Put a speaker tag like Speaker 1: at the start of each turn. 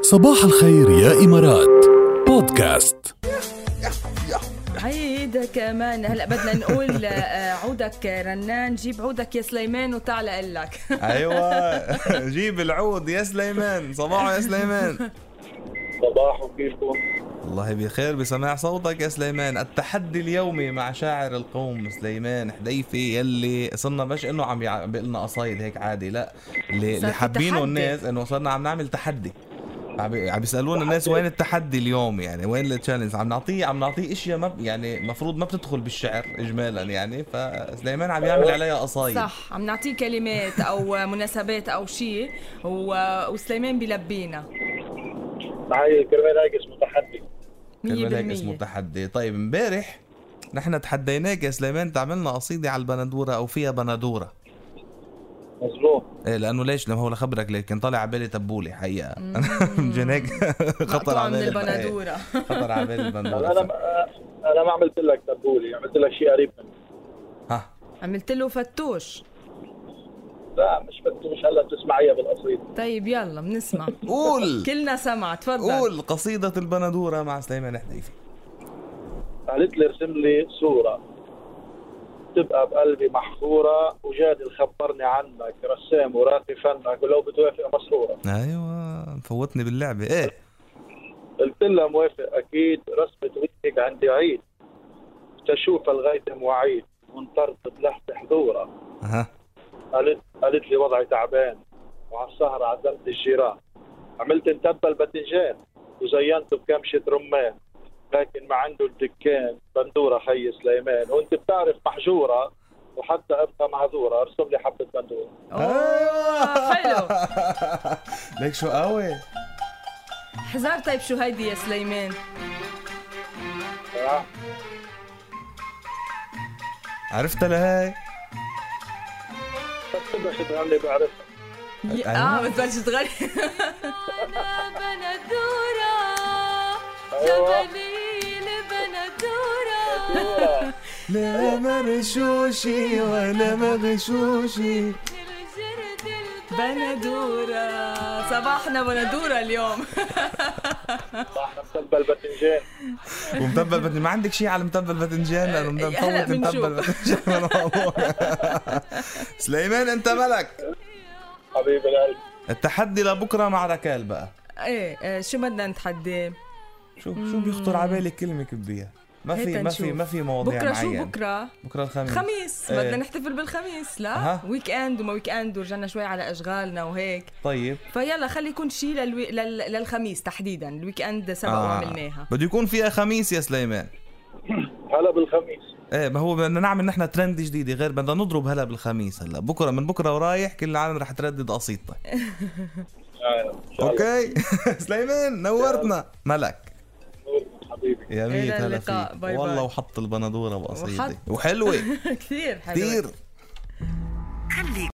Speaker 1: صباح الخير يا إمارات بودكاست
Speaker 2: عيدة كمان هلا بدنا نقول آه، عودك رنان جيب عودك يا سليمان وتعال اقول لك
Speaker 3: ايوه جيب العود يا سليمان صباحو يا سليمان
Speaker 4: صباح وكيفكم
Speaker 3: والله بخير بسماع صوتك يا سليمان التحدي اليومي مع شاعر القوم سليمان حديفي يلي صرنا مش انه عم يع- بيقلنا قصايد هيك عادي لا اللي
Speaker 2: صار في
Speaker 3: اللي حابينه
Speaker 2: تحدي.
Speaker 3: الناس انه صرنا عم نعمل تحدي عم بي- عم بيسالونا الناس وين التحدي اليوم يعني وين التشالنج عم نعطيه عم نعطيه اشياء ما ب- يعني المفروض ما بتدخل بالشعر اجمالا يعني فسليمان عم يعمل عليها قصايد
Speaker 2: صح عم نعطيه كلمات او مناسبات او شيء و- وسليمان بلبينا
Speaker 4: هاي كرمال هيك اسمه تحدي
Speaker 3: كرمال هيك اسمه
Speaker 2: 100%
Speaker 3: تحدي طيب امبارح نحن تحديناك يا سليمان تعملنا قصيدة على البندورة أو فيها بندورة
Speaker 4: مظبوم
Speaker 3: إيه لأنه ليش لما هو لخبرك ليك كان طالع على بالي تبولة حقيقة
Speaker 2: مم.
Speaker 3: مشان هيك خطر
Speaker 2: مقطوعة
Speaker 3: على
Speaker 2: من
Speaker 3: بالي إيه،
Speaker 2: البندورة
Speaker 3: خطر على بالي
Speaker 4: انا
Speaker 3: البندورة
Speaker 4: انا ما عملت لك تبولي عملت لك شيء قريب منه
Speaker 3: ها
Speaker 2: عملت له فتوش
Speaker 4: لا مش فتوش هلا بتسمعيها بالقصيدة
Speaker 2: طيب يلا بنسمع
Speaker 3: قول
Speaker 2: كلنا سمع تفضل
Speaker 3: قول قصيدة البندورة مع سليمان حديفي
Speaker 4: قالت لي ارسم لي صورة تبقى بقلبي محفورة وجادل خبرني عنك رسام وراتي فنك ولو بتوافق مسرورة
Speaker 3: أيوة فوتني باللعبة إيه
Speaker 4: قلت لها موافق أكيد رسمة وجهك عندي عيد تشوف الغاية مواعيد وانطرت لحظة حضورة
Speaker 3: ها
Speaker 4: قالت قالت لي وضعي تعبان وعلى السهرة عزمت الجيران عملت انتبه الباذنجان وزينته بكمشة رمان لكن ما عنده الدكان بندورة خي سليمان وانت بتعرف محجورة وحتى ابقى معذورة ارسم لي حبة بندورة
Speaker 2: أوه، حلو
Speaker 3: ليك شو قوي
Speaker 2: حزار طيب شو هيدي يا سليمان
Speaker 4: آه،
Speaker 3: عرفتها لهي
Speaker 4: بس بدها شي تغني بعرفها
Speaker 2: ي-
Speaker 3: أيوة.
Speaker 2: اه بتبلش تغني بندورة
Speaker 4: أيوة.
Speaker 2: البندورة
Speaker 4: آه،
Speaker 3: لا مرشوشي ولا مغشوشي
Speaker 2: بندورة صباحنا بندورة اليوم
Speaker 4: صح انتبه الباذنجان
Speaker 3: ومتبل باذنجان ما عندك شيء على متبل باذنجان لانه بدنا
Speaker 2: هلا
Speaker 3: نفوت متبل باذنجان والموضوع. سليمان انت ملك
Speaker 4: حبيب القلب
Speaker 3: التحدي لبكره مع ركال بقى
Speaker 2: ايه آه، شو بدنا نتحدى
Speaker 3: شو شو بيخطر على بالك كلمه كبديها ما
Speaker 2: هيك
Speaker 3: في ما في
Speaker 2: نشوف.
Speaker 3: ما في مواضيع
Speaker 2: بكره شو
Speaker 3: معينة.
Speaker 2: بكره
Speaker 3: بكره الخميس
Speaker 2: خميس
Speaker 3: إيه.
Speaker 2: بدنا نحتفل بالخميس لا
Speaker 3: أها.
Speaker 2: ويك اند وما ويك اند ورجعنا شوي على اشغالنا وهيك
Speaker 3: طيب
Speaker 2: فيلا خلي يكون شيء للوي... لل... للخميس تحديدا الويك اند سبق
Speaker 3: آه.
Speaker 2: وعملناها
Speaker 3: بده يكون فيها خميس يا سليمان
Speaker 4: هلا بالخميس
Speaker 3: ايه ما هو بدنا نعمل نحن ترند جديد غير بدنا نضرب هلا بالخميس هلا بكره من بكره ورايح كل العالم رح تردد قصيدتك
Speaker 4: آه، إن شاء الله.
Speaker 3: اوكي سليمان نورتنا ملك
Speaker 4: حبيبي
Speaker 3: يا
Speaker 2: إلى
Speaker 3: ميت هلا
Speaker 2: اللقاء.
Speaker 3: فيك
Speaker 2: باي باي.
Speaker 3: والله وحط البندوره بقصيدتي
Speaker 2: وحط.
Speaker 3: وحلوه
Speaker 2: كثير حلو
Speaker 3: كثير